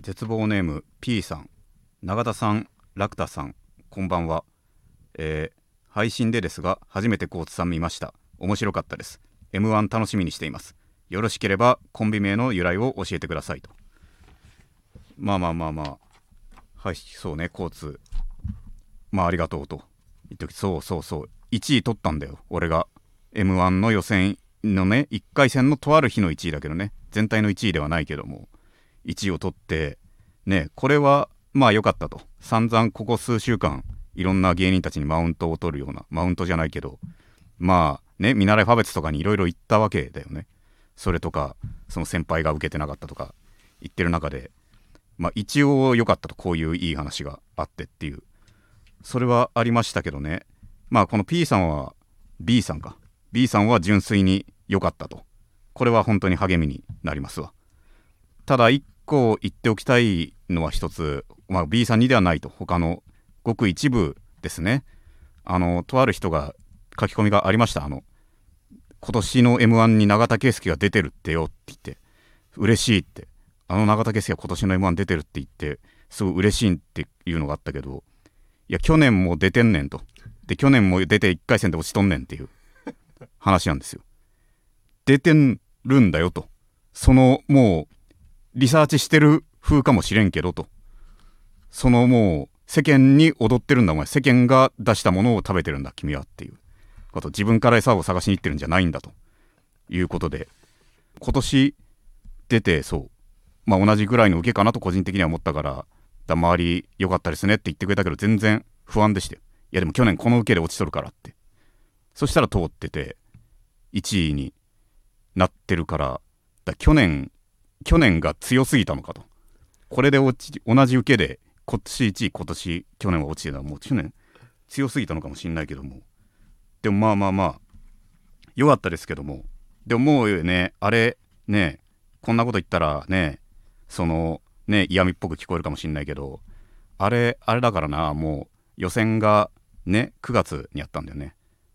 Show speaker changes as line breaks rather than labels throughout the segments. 絶望ネーム P さん永田さん楽田さんこんばんは、えー配信でですが初めてコーツさん見ました面白かったです M1 楽しみにしていますよろしければコンビ名の由来を教えてくださいとまあまあまあまあはいそうねコーツまあありがとうと言っときそうそうそう1位取ったんだよ俺が m 1の予選のね1回戦のとある日の1位だけどね全体の1位ではないけども1位を取ってねこれはまあ良かったと散々ここ数週間いろんな芸人たちにマウントを取るようなマウントじゃないけどまあね見習いファベツとかにいろいろ言ったわけだよねそれとかその先輩が受けてなかったとか言ってる中でまあ一応良かったとこういういい話があってっていうそれはありましたけどねまあこの P さんは B さんか B さんは純粋に良かったとこれは本当に励みになりますわただ一個言っておきたいのは一つ、まあ、B さんにではないと他のごく一部ですねあのとある人が書き込みがありましたあの今年の m 1に永田圭佑が出てるってよって言って嬉しいってあの永田圭佑が今年の m 1出てるって言ってすごい嬉しいっていうのがあったけどいや去年も出てんねんとで去年も出て1回戦で落ちとんねんっていう話なんですよ出てるんだよとそのもうリサーチしてる風かもしれんけどとそのもう世間に踊ってるんだお前世間が出したものを食べてるんだ君はっていうこと自分から餌を探しに行ってるんじゃないんだということで今年出てそうまあ同じぐらいの受けかなと個人的には思ったからだ周り良かったですねって言ってくれたけど全然不安でしたよいやでも去年この受けで落ちとるからってそしたら通ってて1位になってるからだ去年去年が強すぎたのかとこれで落ち同じ受けで今年1位今年去年は落ちてたもう去年強すぎたのかもしれないけどもでもまあまあまあ良かったですけどもでももうねあれねこんなこと言ったらねそのね嫌味っぽく聞こえるかもしれないけどあれあれだからなもう予選がね9月にやったんだよね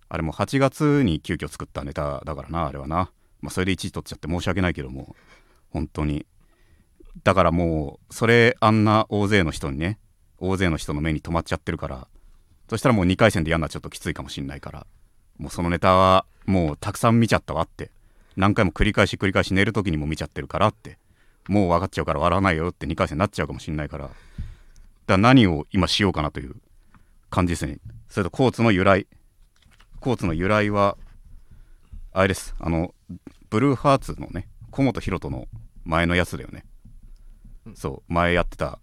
あれも8月に急遽作ったネタだからなあれはな、まあ、それで1位取っちゃって申し訳ないけども本当にだからもうそれあんな大勢の人にね大勢の人の目に留まっちゃってるからそしたらもう2回戦でやんなちょっときついかもしんないからもうそのネタはもうたくさん見ちゃったわって何回も繰り返し繰り返し寝る時にも見ちゃってるからってもう分かっちゃうから笑わないよって2回戦になっちゃうかもしんないからだから何を今しようかなという感じですねそれとコーツの由来コーツの由来はあれですあのブルーハーツのね小本博人の前のやつだよね、そう前やってた、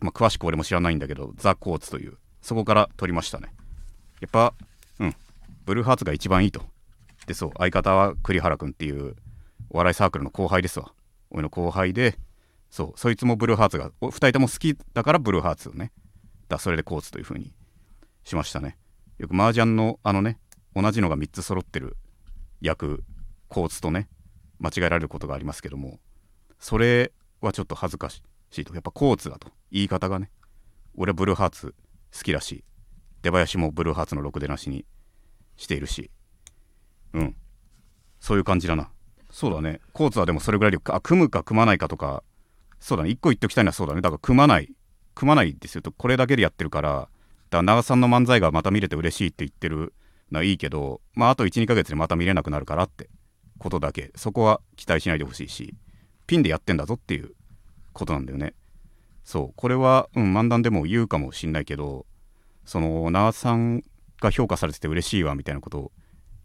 まあ、詳しく俺も知らないんだけどザ・コーツというそこから取りましたねやっぱうんブルーハーツが一番いいとでそう相方は栗原君っていうお笑いサークルの後輩ですわ俺の後輩でそうそいつもブルーハーツが2人とも好きだからブルーハーツをねだそれでコーツという風にしましたねよく麻雀のあのね同じのが3つ揃ってる役コーツとね間違えられることがありますけどもそれはちょっと恥ずかしいとやっぱコーツだと言い方がね俺はブルーハーツ好きだし出囃子もブルーハーツのろくでなしにしているしうんそういう感じだなそうだねコーツはでもそれぐらいであ組むか組まないかとかそうだね一個言っておきたいのはそうだねだから組まない組まないですよとこれだけでやってるからだから長さんの漫才がまた見れて嬉しいって言ってるのはいいけどまああと12ヶ月でまた見れなくなるからってことだけそこは期待しないでほしいしピンでやってんだぞっていうことなんだよねそうこれは、うん、漫談でも言うかもしんないけどその長さんが評価されてて嬉しいわみたいなことを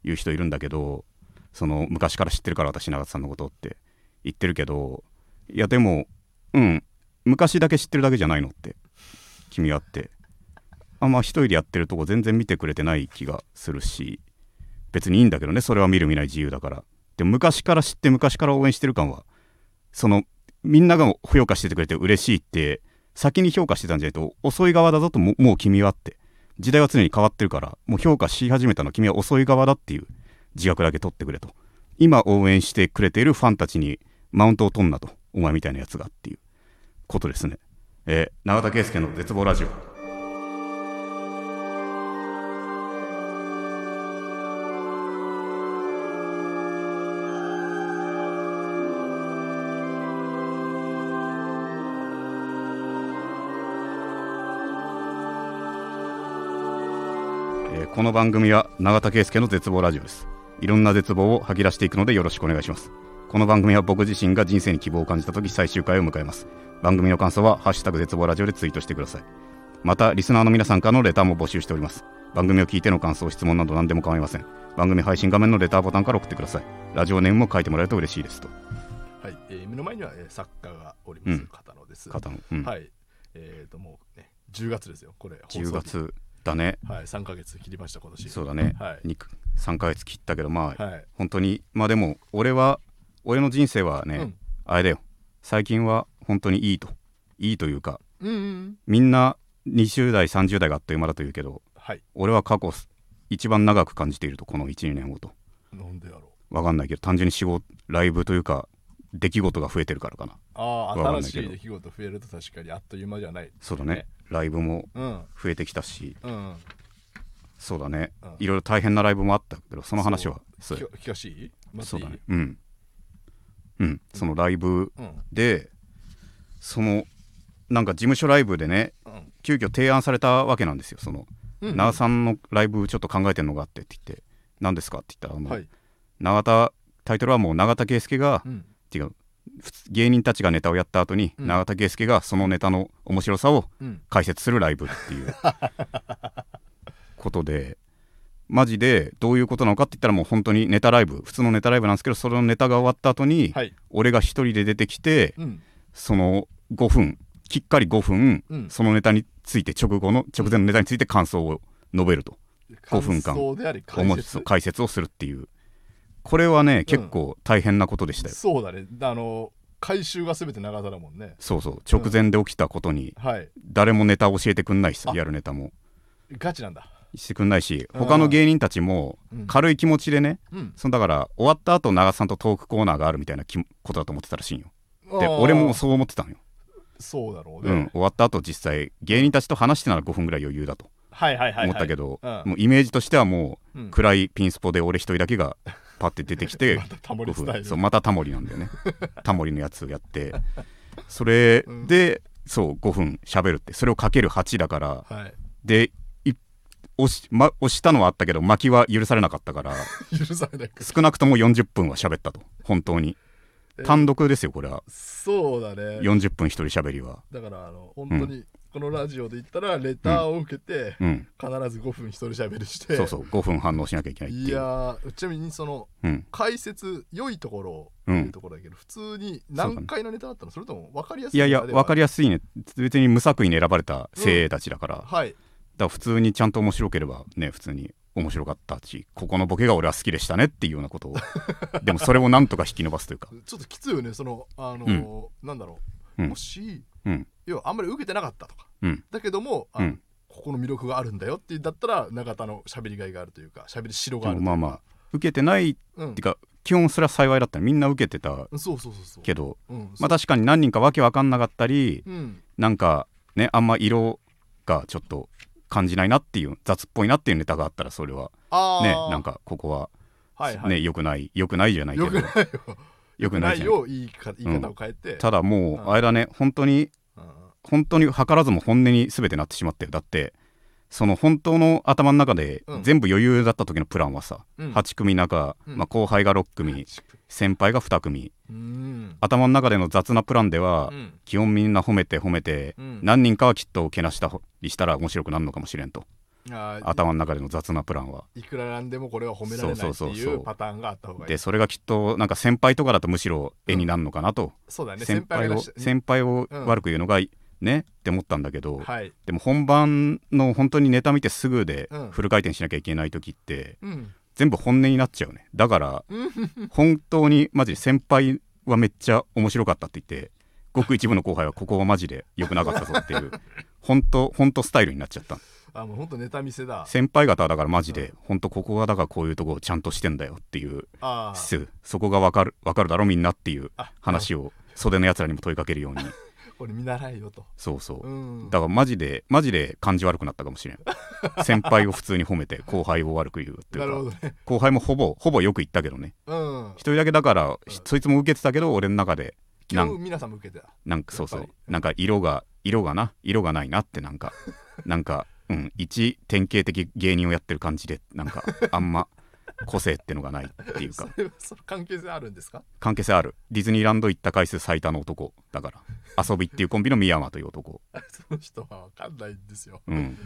言う人いるんだけどその昔から知ってるから私長田さんのことって言ってるけどいやでもうん昔だけ知ってるだけじゃないのって君はってあんま一人でやってるとこ全然見てくれてない気がするし別にいいんだけどねそれは見る見ない自由だからでも昔から知って昔から応援してる感はそのみんなが評価しててくれて嬉しいって先に評価してたんじゃないと遅い側だぞとももう君はって時代は常に変わってるからもう評価し始めたのは君は遅い側だっていう自覚だけ取ってくれと今応援してくれているファンたちにマウントを取んなとお前みたいなやつがっていうことですねえー永田圭介の絶望ラジオえーこの番組は永田圭介の絶望ラジオですいろんな絶望を吐き出していくのでよろしくお願いしますこの番組は僕自身が人生に希望を感じた時最終回を迎えます番組の感想は「ハッシュタグ絶望ラジオ」でツイートしてくださいまたリスナーの皆さんからのレターも募集しております番組を聞いての感想質問など何でも構いません番組配信画面のレターボタンから送ってくださいラジオネームも書いてもらえると嬉しいですと
はい、えー目の前には、えー作家がおります、
うん
片野です。
方の、うん
はい。えっ、と、もうね、10月ですよ、これ。放送
10
日。
月だね
はい、3ヶ月切りました、今年。
そうだね、
はい
に3ヶ月切ったけどまあ、
はい。
本当にまあでも俺は俺の人生はね、
うん
あれだよ最近は本当にいいといいというか
うんうん。
みんな20代30代があっという間だというけど
はい。
俺は過去一番長く感じているとこの12年をと
なんでだろ
わかんないけど単純に仕事ライブというか出来事が増えてるからかな
う。あ
わか
あ、
んない
新
けど
しい出来事増えると確かにあっという間じゃない。
そうだね
ね
ライブも
うん。
増えてきたし
うんうん。
そうだね、
うん
いろいろ大変なライブもあったけどその話は
そう
そ
聞
う
か聞かしていいま
そうだねうんうんそのライブ
うん。
でそのなんか事務所ライブでね
うん。
急遽提案されたわけなんですよその
うんう
「
ん
長、さんのライブちょっと考えてるのがあって」って言って「何ですか?」って言ったらあの、
はい。
永田タイトルはもう永田圭介が、
うん。
違う普通芸人たちがネタをやった後に、
うん
永田圭介がそのネタの面白さを
うん。
解説するライブっていう ことでマジでどういうことなのかって言ったらもう本当にネタライブ普通のネタライブなんですけどそのネタが終わった後に、
はい。
俺が一人で出てきて、
うん。
その5分きっかり5分、
うん
そのネタについて直後の直前のネタについて感想を述べると5分間
感想であり解
思い
説
そう解説をするっていうこれはね、
うん
結構大変なことでしたよ
そうだね。あの、回収がすべて長田だもんね。
そうそう直前で起きたことに
はい。
誰もネタ教えてくんないしさ
あ
やるネタも
ガチなんだ。
してくんないし
うん
他の芸人たちも
うん
軽い気持ちでね、
うん。
そのだから終わった後長瀬さんとトークコーナーがあるみたいなきことだと思ってたらしいんよで
あー
俺もそう思ってたのよ、
そうだろう
う
ね。
ん、終わった後実際芸人たちと話してなら5分ぐらい余裕だと
はいはいはい、はい。
思ったけど、
うん
もうイメージとしてはもう、
うん
暗いピンスポで俺一人だけ がパッて出てきて
またタモリスタイル
そうまたタモリなんだ よねタモリのやつやってそれで、そう5分喋るってそれをかける8だから
は
でい押し,、ま、押したのはあったけど巻きは許されなかったから
い。 許されない。
少なくとも40分は喋ったと本当に
え
単独ですよこれは
そうだね。
40分一人喋りは
だから、あの、本当に、このラジオで言ったら、レターを受けて、
うん
必ず5分一人喋りして。
そうそう5分反応しなきゃいけないっていう
いやー、ちなみに、その、
うん、
解説、良いところを、
うん
いうところだけど、普通に何回のネタだったのそれとも分かりやすい
いやいや分かり
や
やすいね別に無作為に選ばれた精鋭たちだから、
はい。
だから普通にちゃんと面白ければね普通に面白かったしここのボケが俺は好きでしたねっていうようなことを でもそれをなんとか引き伸ばすというか
ちょっときついよね、その、あのーなんだろう、
うん
もし、
うん
要はあんまり受けてなかったとか、
うん
だけども、あ
うん
ここの魅力があるんだよってだったら、永田の喋りがいがあるというか、喋りしろ
で
があ
も
るという
ま
か。
あまあ受けてないって
あ、うん
いう、か基本それは幸いだったみんな受けてた
そうそうそうそう。
けど
うん、
まあ確かに何人かわけわかんなかったり
そううん、
なんかねあんま色がちょっと感じないなっていう雑っぽいなっていうネタがあったらそれは
あ
ね
ー
なん、かここは
はいはい、
ね良くない良くないじゃないけ
よ
ど
くないよ。
良くないじゃない
よ、言いか言い方を変えて。
ただもうあれだね本当に
うん
本当に図らずも本音に全てなってしまってるだってその本当の頭の中で
うん
全部余裕だった時のプランはさ、
うん
8組中、
うん
まあ、後輩が6組先輩が2組
うん。
頭の中での雑なプランでは、
うん
基本みんな褒めて褒めて、
うん
何人かはきっとけなしたりしたら面白くなるのかもしれんと
あー
頭の中での雑なプランは。
いくらなんでもこれは褒められないって
そうそう
い
そうそう
うパターンがあった方がいい。
でそれがきっとなんか先輩とかだとむしろ絵になるのかなと、
そうだね、
先
先輩
輩
が
を
し
先輩を
うん
悪く言うのがいねって思ったんだけど、
はい。
でも本番の本当にネタ見てすぐで
うん
フル回転しなきゃいけない時って
うん。
全部本音になっちゃうねだ から本当にマジで先輩はめっちゃ面白かったって言ってごく一部の後輩はここはマジで良くなかったぞっていう 本当本当スタイルになっちゃった
あ、もう本当ネタ見せだ。
先輩方はだからマジで本当ここはだからこういうとこをちゃんとしてんだよっていう
ああ。
すそこがわかるわかるだろみんなっていう
あ
話を袖のやつらにも問いかける ように
これ見習いよと。
そうそう
うん。
だからマジでマジで感じ悪くなったかも しれん先輩を普通に褒めて後輩を悪く言うってい
なるほ
うか
どね。
後輩もほぼほぼよく言ったけどね
うん
一。人だけだからそいつも受けてたけど俺の中でな
今日
ん
皆さんも受けてた。
なんかそうそ
や
う
っぱ
なんか色が色がな色がないなってなんかなんかうん、一典型的芸人をやってる感じでなんかあんま個性ってのがないっていうか
それはその関係性あるんですか
関係性あるディズニーランド行った回数最多の男だから遊びっていうコンビの宮山という男、
あその人は分かんないんですよ
うん、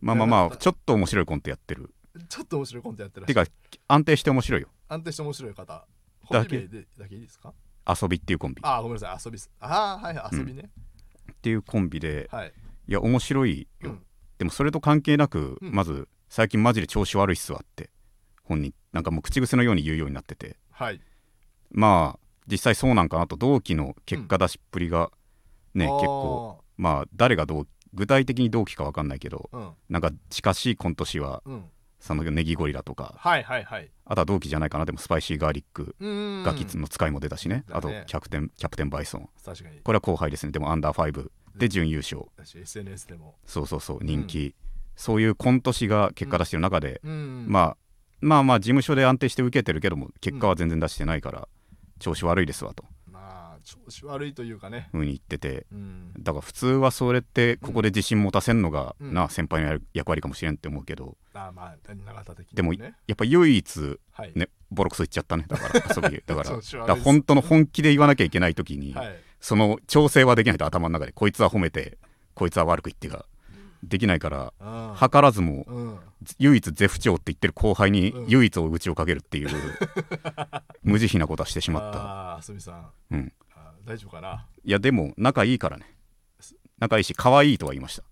まあまあまあちょっと面白いコントやってる
ちょっと面白いコントやってらっ
て
し
か
ゃる
安定して面白いよ
安定して面白い方ホ
だ
ビ
け
名でだけいいですか
遊びっていうコンビ
あーごめんなさい遊びっすああはいはい遊びね、
っていうコンビで
はい
いや面白いよ、
うん
でもそれと関係なく、
うん
まず最近マジで調子悪いっすわって本人なんかもう口癖のように言うようになってて
はい
まあ実際そうなんかなと同期の結果出しっぷりがね、結構まあ誰が同期具体的に同期か分かんないけど
あー
なんか近しいコント師は
うんうん
そのネギゴリラとか
はいはいはい
あとは同期じゃないかなでもスパイシーガーリック、
うーん
ガキツの使いも出たしね
だね
あとキャプテンキャプテンバイソン
確かに
これは後輩ですねでもアンダーファイブで準優勝、
私 SNS でも
そうそうそう人気、そういうコント師が結果出してる中で、
うんあ
まあまあまあ事務所で安定して受けてるけども結果は全然出してないから、調子悪いですわと
まあ調子悪いというかね
ふうに言ってて
うん
だから普通はそれってここで自信持たせんのが、
うん
な先輩のやる役割かもしれんって思うけど
あーまあ長田的に
でも
ね
やっぱ唯一
はい
ねボロクソ言っちゃったねだから遊びだから
調
だ
子悪いっす
から本当の本気で言わなきゃいけない時に、
はい
その調整はできないと頭の中でこいつは褒めてこいつは悪く言ってができないから
うん
図らずも
うん
唯一ゼフ長って言ってる後輩に
うん
唯一を愚痴をかけるって いう、無慈悲なことはしてしまった
ああー、すみさん。
うん
あー大丈夫かない
やでも仲いいからね仲いいし可愛いとは言いました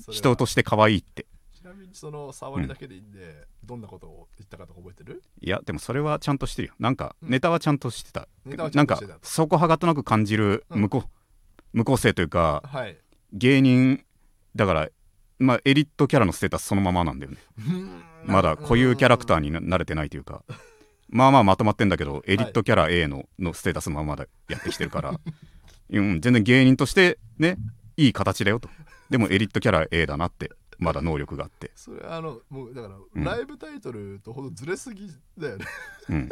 それは
人として可愛いって
ちなみにその触りだけでいいんで、どんなことを言ったかとか覚えてる
いやでもそれはちゃんとしてるよなんか
うん
ネタはちゃんとしてた、
ネタはちゃ
なん
んと
か
してた
そこはがとなく感じる
うん
無個,、無個性というか
はい。
芸人だからまあエリートキャラのステータスそのままなんだよねまだ固有キャラクター
に。
にな慣れてないというかまあまあまとまってんだけどエリットキャラ A ののステータスのままでやってきてるから、うん、全然芸人としてねいい形だよとでもエリットキャラ A だなってまだ能力があって、
それあの、もうだから、
うん
ライブタイトルとほどずれすぎだよね。
うん、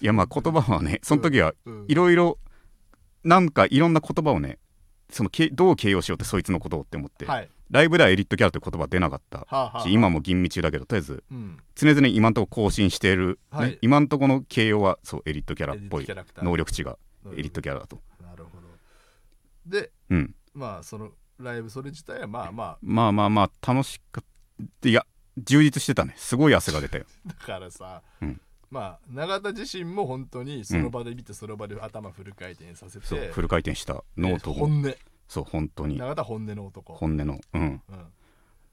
いやまあ言葉はねその時は
うん
いろいろなんかいろんな言葉をねそのけどう形容しようってそいつのことをって思って、
はい。
ライブではエリットキャラという言葉出なかった
はあ、はあはあ
し、今も吟味中だけどとりあえず
うん、
常々今んとこ更新している、ね
はい
今んとこの形容はそうエリットキャラっぽい
エリートキャラクター
能力値が
能力
エリットキャラだと、
なるほど。で、
うん、
まあ、そのライブ、それ自体はまあま
まあまあまあ楽しかったいや充実してたねすごい汗が出たよ
あ、だからさ、
うん
まあ、永田自身も本当にその場で見て、その場で頭フル回転させて、
そうフル回転したノート
で
も
本音。
そう本当に
永田本音の男。
本音のうん
うん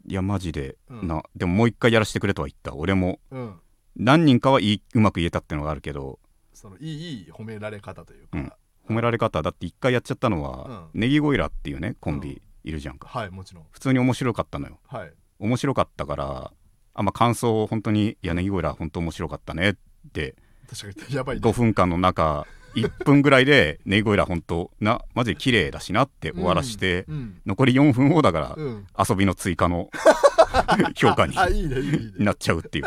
いやマジで、
うん
なでももう一回やらせてくれとは言った俺も
うん、
何人かはいいうまく言えたってのがあるけど
そのいいいい褒められ方という
う
か、
ん褒められ方だって一回やっちゃったのは、ネギゴイラっていうねコンビいるじゃんか、
はいもちろん
普通に面白かったのよ
はい
面白かったからあんま感想を本当に「いやネギゴイラ本当面白かったね」って
確かにやばいね
5分間の中1分ぐらいで 「ネギゴイラ本当なマジで綺麗だしな」って終わらして、
うん
残り4分をだから、
うん、うん
遊びの追加 の評価に
あいいねいいねいいね
なっちゃうっていう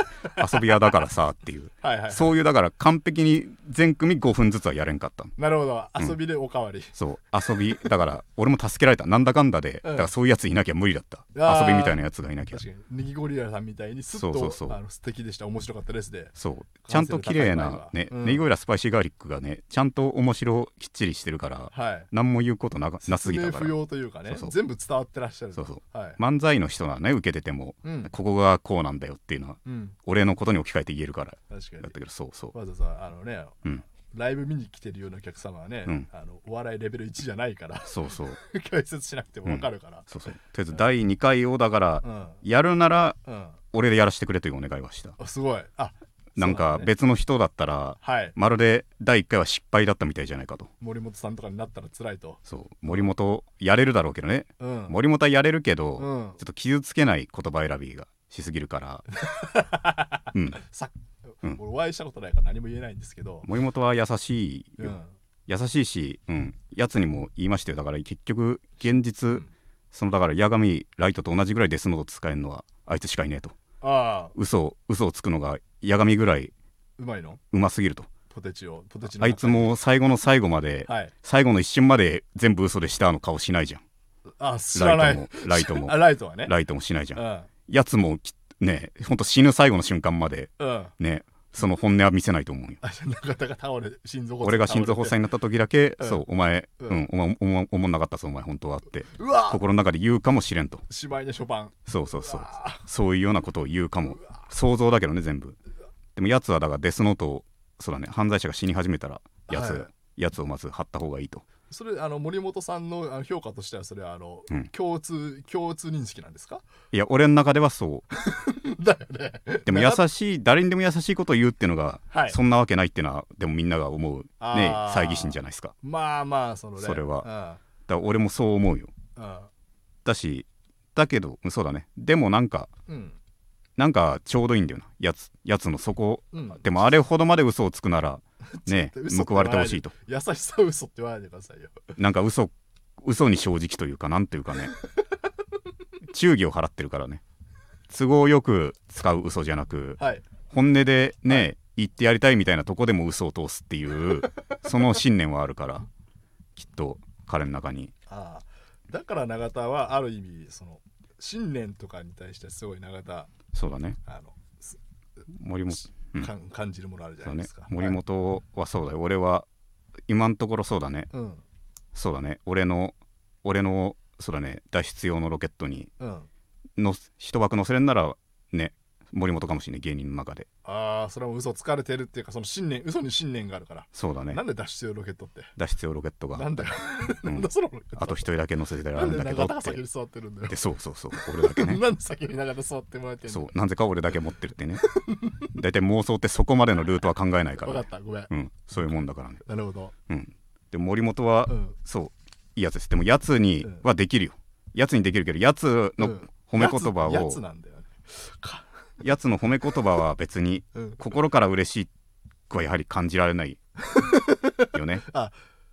遊び屋だからさっていう
はいはい
そういうだから完璧に全組5分ずつはやれんかったの
なるほど
うん
遊びでおかわり、
そう遊びだから俺も助けられたなんだかんだで、
うん
だからそういうやついなきゃ無理だった
あー
遊びみたいなやつがいなきゃ
確かにネギゴリラさんみたいにすっ
そ
と
うそうそう
あの素敵でした面白かったですで
そうちゃんと綺麗な
完成度高い場合
ね
は、うん
ネギオイラスパイシーガーリックがねちゃんと面白きっちりしてるから
はい
何も言うことななすぎ
説
た
明
か
不
ら
要というかね
そうそう
全部伝わってらっしゃる
そうそう
はい、
漫才の人はね受けてても、
うん
ここがこうなんだよっていうのは
うん
俺のことに置き換えて言えるから
確かに
だったけどそうそう
わざわざあのね、
うん
ライブ見に来てるようなお客様はね、
うん
あのお笑いレベル1じゃないから
そうそう
解説しなくてもわかるから
そうそうとりあえず第2回をだから、
うん
やるなら
うん、
俺でやらせてくれというお願いはした
あすごいあ
なんか
そうだね
別の人だったら
はい
まるで第1回は失敗だったみたいじゃないかと
森本さんとかになったら辛いと。
そう森本やれるだろうけどね
うん。
森本はやれるけど、
うん
ちょっと傷つけない言葉選びがしすぎるから、 うん、
さ、
うん
俺お会いしたことないから何も言えないんですけど。
森本は優しいうよ、
ん。
優しいし、うん、やつにも言いましたよだから結局現実、
うん
そのだから矢神ライトと同じぐらいデスノート使えるのはあいつしかいねえと
ああ、
嘘を嘘をつくのが矢神ぐらいう
まいの
うますぎると
ポテチを。ポテチの
あいつ。も最後の最後まで、
はい。
最後の一瞬まで全部嘘でしたの顔しないじゃん
あ、知らな
ライ
い。
トもライトも
あ、ライトはね。
ライトもしないじゃん
うん。
やつもきねほんと死ぬ最後の瞬間まで
うんあ
ねその本音は見せないと思うよ
じゃあ中田が倒れ心臓発作
俺が心臓発作になった時だけ、
うん
そうお前、
う
うんんお前お前おもんなかったぞお前本当はって
倒れてうわ
心の中で言うかもしれんと
芝居のショパン
そうそうそう
わ
そういうようなことを言うかも想像だけどね全部でもやつはだからデスノートをそうだね犯罪者が死に始めたらやつ、
はい
やつをまず貼った方がいいと
それあの森本さんのあの評価としてはそれはあの、
うん
共通共通認識なんですか
いや俺の中ではそう
だよね
でも
な
優しい誰にでも優しいことを言うっていうのが、
はい
そんなわけないっていうのはでもみんなが思うね
あー
猜疑心じゃないですか
まあまあそのね
それ
は
だから俺もそう思うよ
うんうん
だしだけどそうだねでもなんか
うん
なんかちょうどいいんだよなやつやつの底
うん
でもあれほどまで嘘をつくな らね
嘘って
報われてほしいと
優しさを嘘って言わないでくださいよ
なんか嘘嘘に正直というかなんというか ね忠義を払ってるからね都合よく使う嘘じゃなく
はい
本音でね、言ってやりたいみたいなとこでも嘘を通すっていうその信念はあるからきっと彼の中に
ああだから永田はある意味その信念とかに対してすごい永田
そうだね
あの、す
森本うん
かん感じるものあるじゃ
そう
ないで
ね
すか、
森本はそうだよ俺は今のところそうだね
はいうん
そうだね俺の俺のそうだね脱出用のロケットに
うん
の一枠乗せれんならね森本かもしれない芸人の中で
ああそれはもう嘘つかれてるっていうかその信念嘘に信念があるから、
そうだね
なんで脱出用ロケットって
脱出用ロケット
な
が
んだよ、
うん
なんだそのロケット
あと一人だけ乗せてられ
なん
るん
で
だけど
永田が
っ
先に
て
座ってるんだよ
でそうそうそう俺だけね
なんで先に永田座ってもらえてんの
そうなぜか俺だけ持ってるって ね大体妄想ってそこまでのルートは考えないから
分か
ね、
ったごめん、
うん、そういうもんだからね、
なるほど
うん、で森本は、
うん
そういいやつですでもやつに
うん
はできるよやつにできるけどやつの
うん
褒め言葉を、
やつやつなんだよねか
やつの褒め言葉は別に
うん
心から嬉しくはやはり感じられないよ ね、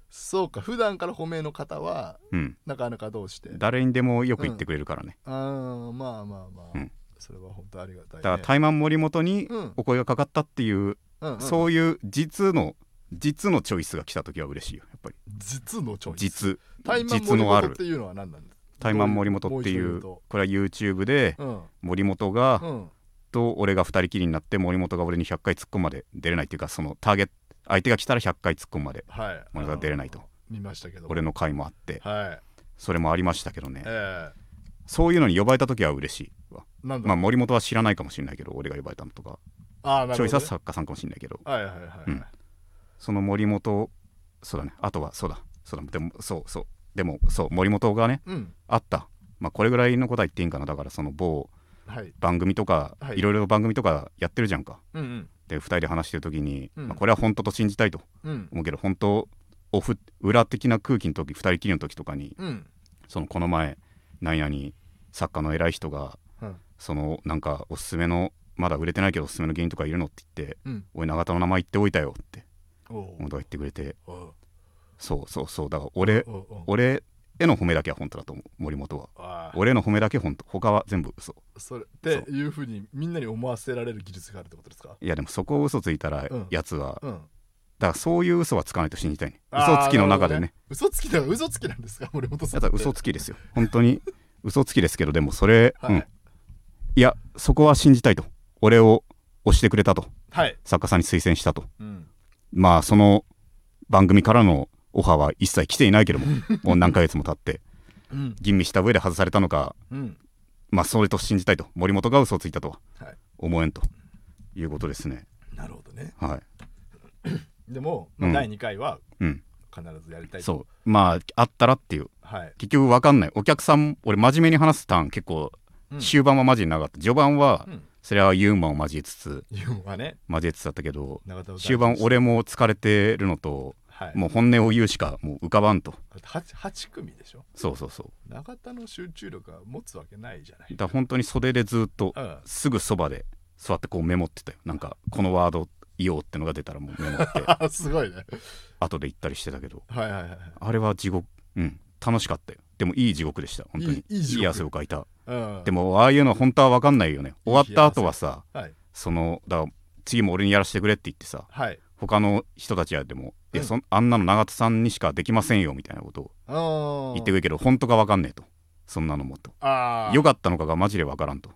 そうか普段から褒めの方は
うん、
なかなかどうして
誰にでもよく言ってくれるからね、
あーまあまあまあ、
うん
それは本当ありがたい、ね、
だから怠慢森本に
うん
お声がかかったっていう、
うんうん
そういう実の実のチョイスが来た時は嬉しいよやっぱり
実のチョイス
実
タイマン
実のある
っていうのは何なんです
怠慢森本ってい
も
う
う一度
これは YouTube で
言うと
森本が、
うんうん
と俺が2人きりになって森本が俺に100回突っ込むまで出れないっていうかそのターゲット相手が来たら100回突っ込むまで
はい
まだ出れないと
あの見ましたけど
俺の回もあって
はい
それもありましたけどね
え
そういうのに呼ばれた時は嬉しいわ
えなんだ
まあ
ろう
森本は知らないかもしれないけど俺が呼ばれたのとか
ああな
チョ
る
イ
ほ
スは
どね
作家さんかもしれないけど
はいはいはいはい、
うんその森本そうだねあとはそうだそうだでもそうそうでもそう森本がね
うん
あったまあこれぐらいのことは言っていいんかなだからその某
はい
番組とか、
はい
い、ろいろ番組とかやってるじゃんか
うんうん
で2人で話してる時に、
うん
まあ、これは本当と信じたいと
うん
思うけど本当オフ裏的な空気の時2人きりの時とかに
うん
そのこの前なんやに作家の偉い人が
うん
そのなんかおすすめのまだ売れてないけどおすすめの芸人とかいるのって言って
うん
「おい永田の名前言っておいたよ」って
おう
本当は言ってくれて
おう
そうそうそうだから俺
おうおう
俺への褒めだけは本当だと思う森本は
ああ
俺への褒めだけ本当他は全部嘘
それっていうふうにみんなに思わせられる技術があるってことですか
いやでもそこを嘘ついたら
うん
やつは、
うん
だからそういう嘘はつかないと信じたいね
あー
嘘つきの中でね
なるほど嘘つきだ嘘つきなんですか森本さ
や
ん
っ
って
ぱ嘘つきですよ本当に嘘つきですけどでもそれ、
はい
うんいやそこは信じたいと俺を押してくれたと
はい、
作家さんに推薦したと
うん、
まあその番組からのオファーは一切来ていないけどももう何ヶ月も経って
うん
吟味した上で外されたのか
うん
まあそれと信じたいと森本が嘘をついたとは
はい
思えんということですね
なるほどね
は
でも、まあ
うん
第2回はい
うん
必ずやりたいと
そうまああったらっていう
はい、
結局分かんないお客さん俺真面目に話すターン結構
うん
終盤はマジになかった序盤は
うん
それはユーモアを交えつつ
ユンはね
交えてたんだけど
永田を代表して
終盤俺も疲れてるのと
はい
もう本音を言うしかもう浮かばんと
だって 8, 8組でしょ
そうそうそう
永田の集中力が持つわけないじゃない
だから本当に袖でずっと
うん
すぐそばで座ってこうメモってたよなんかこのワード言おうってのが出たらもうメモって
あすごいね
後で言ったりしてたけど
はいはいはいはい
あれは地獄うん楽しかったよでもいい地獄でした本当に
いいいい地獄
汗をかいた
うん
でもああいうの本当は分かんないよね終わった後はさ
はい
そのだから次も俺にやらせてくれって言ってさ
はい
他の人たちやでも、いや
うん
そんあんなの永田さんにしかできませんよみたいなことを
言
言ってくるけど本当か分かんねえとそんなのもと
ああ
良かったのかがマジで分からんと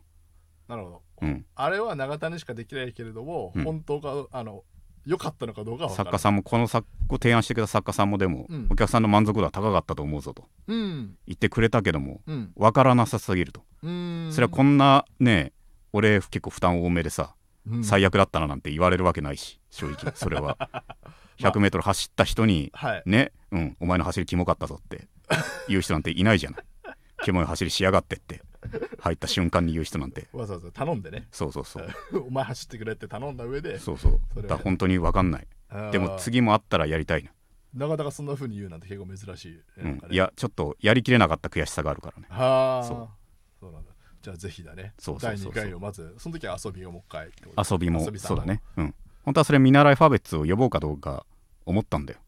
なるほど
うん、
あれは永田にしかできないけれども、
うん
本当かあの良かったのかどうかは分
作家
からない
さんもこの作を提案してくれた作家さんもでも、
うん
お客さんの満足度は高かったと思うぞと
うん
言ってくれたけども
うん
分からなさすぎると、
うん
それはこんなね俺結構負担多めでさ、
うん
最悪だったななんて言われるわけないし正直そ れは 100m 走った人に
はい
ね、うん、お前の走りキモかったぞって言う人なんていないじゃないキモい走りしやがってって入った瞬間に言う人なんて
わざわざ頼んでね
そうそうそう
お前走ってくれって頼んだ上で
そうそう
それは
だから本当に分かんないでも次もあったらやりたいな、
なかなかそんな風に言うなんて結構珍しい、
う
なん
ん
か、ね
いやちょっとやりきれなかった悔しさがあるからね
はあ
そ
そううなんだじゃあぜひだね
そうそうそうそう
第2回をまずその時は遊びをもう一回ってこと
遊びも
遊びさ
そ
ん
う
も
だねうん本当はそれ見習いファベッツを呼ぼうかどうか思ったんだよ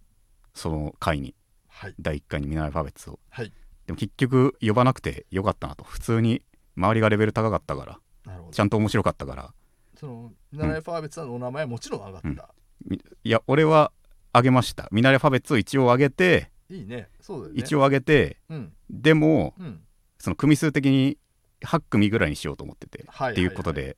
その回に
はい
第1回に見習いファベッツを
はい
でも結局呼ばなくてよかったなと普通に周りがレベル高かったから
なるほど
ちゃんと面白かったから
その見習いファーベツさんのお名前はもちろん上がった、
みいや俺はあげました見習いファベッツを一応上げて、
いいねそうだよね
一応上げて
うん
でも
うん
その組数的に8組ぐらいにしようと思ってて、
はい
っていうことで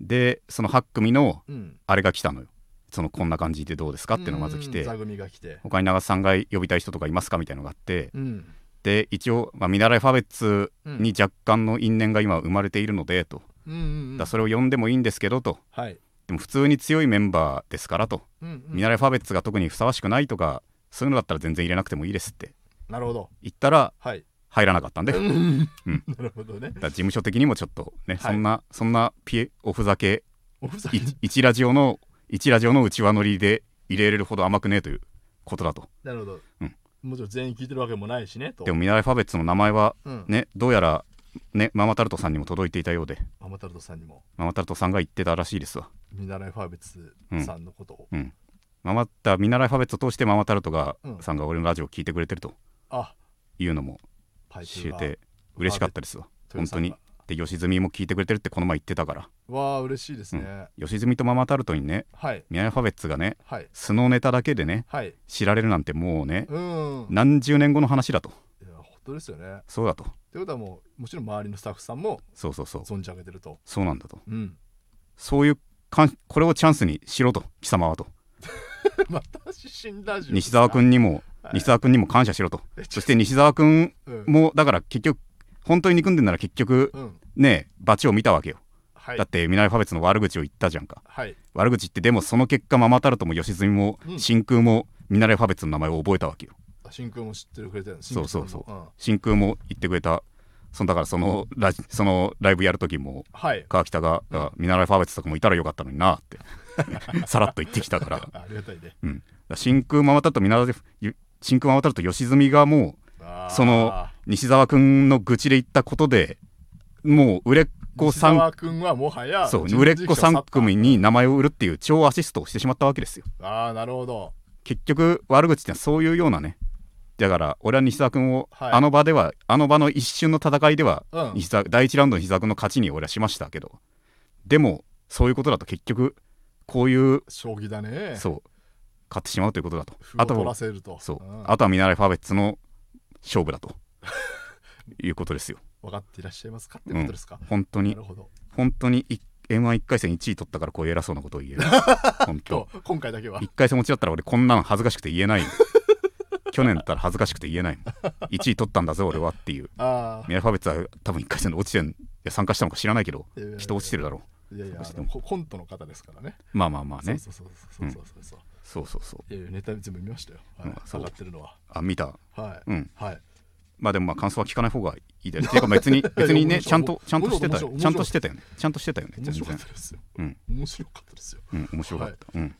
でその8組の
うん
あれが来たのよそのこんな感じでどうですかっていうのがまず来
うん
て
座組が来て
他に長瀬さんが呼びたい人とかいますかみたいなのがあって
うん
で一応、まあ、見習いファベッツ
うん
に若干の因縁が今生まれているのでと、
うんうんう
だ
ん
からそれを呼んでもいいんですけどと
はい
でも普通に強いメンバーですからと、
うんうん
見習いファベッツが特にふさわしくないとかそういうのだったら全然入れなくてもいいですって
なるほど
言ったら
はい
入らなかったんで、
う
だか
ん
うん
なるほどね
ら事務所的にもちょっとね、
はい
そんなそんなピエおふざけ
おふざけ
一一ラジオの一ラジオの内輪乗りで入れれるほど甘くねえということだと
なるほど、
うん
もちろん全員聞いてるわけもないしねと
でも見習いファベッツの名前は
うん、
ねどうやらねママタルトさんにも届いていたようで
アマタルトさんにも
ママタルトさんが言ってたらしいですわ
見習いファーベツさんのことを、
うんママタ見習いファベッツを通してママタルトが、
うん
さんが俺のラジオを聞いてくれてると
あ
いうのも
パイ
知
プ
れ
が
て嬉しかったですわ本当にで吉住も聞いてくれてるってこの前言ってたから
わあ嬉しいですね、
吉住とママタルトにね
はい
ミナイファベッツがね
はい
素のネタだけでね
はい
知られるなんてもうね
うん
何十年後の話だと
いや本当ですよね
そうだと
ということはもうもちろん周りのスタッフさんも
そうそうそう
存じ上げてると
そうなんだと
うん
そういうかんこれをチャンスにしろと貴様はと
私新ラジオ
西澤君にも
はい
西澤君にも感謝しろと
えちょ
そして西澤君
うん、
もだから結局本当に憎んでんなら結局
うん、
ねバチを見たわけよ
はい
だってミナイファベッツの悪口を言ったじゃんか
はい
悪口言ってでもその結果ママタルトも吉住も
うん
真空もミナレファベッツの名前を覚えたわけよ
真空も知ってるくれてる
そうそうそう
うん、
真空も言ってくれたそのだからそのラジそのライブやる時も
はい
川北が
うん
「見習いファーベッツとかもいたらよかったのにな」ってさらっと言ってきたからだか
あありがたいね
ら真空ママタルト見習いゆ真空ママタルト吉住がも
あー
そのう西澤君の愚痴で言ったことでもう売れっ子
西
3
沢君はもはや
そう売れっ子3組に名前を売るっていう超アシストをしてしまったわけですよ
ああなるほど
結局悪口ってのはそういうようなねだから俺は西澤君を、
はい
あの場ではあの場の一瞬の戦いでは、
うん
西澤第1ラウンドの西澤君の勝ちに俺はしましたけどでもそういうことだと結局こういう
将棋だね
そう勝ってしまうということだと
歩
あ
を取ら
と
せると
そう、
ん
あとは見習いファーベッツの勝負だということですよ
分かっていらっしゃいますかってことですか、
本当
な
に
るほど
本当に m 1 1回戦1位取ったからこういう偉そうなことを言 える本当
今日今回だけは
一回戦落ちだったら俺こんなん恥ずかしくて言えない去年だったら恥ずかしくて言えない1位取 ったんだぜ俺はっていう
ああ
ミライファベッツは多分一回戦で落ちてんいや参加したのか知らないけど
いやいやいや
きっと落ちてるだろ
いやいや
少しで
あ
も
のココントの方ですからね
うまあまあまあね
そうそうそうそうそうそう、
そうそうそう
いやいやネタ全部見ましたよ、はい
うんそう
上がってるのは
あ見た
はい、
うん
はい
まあでもまあ感想は聞かない方がいいだよていうか別 に別にね
面白い
ちゃんとちゃんとしてた
面白い
よ
面白い
ちゃんとしてたよねちゃんとしてたよね
面
全
白か
然
ったですよ
うん
面白かったですよ
うん面白かったうん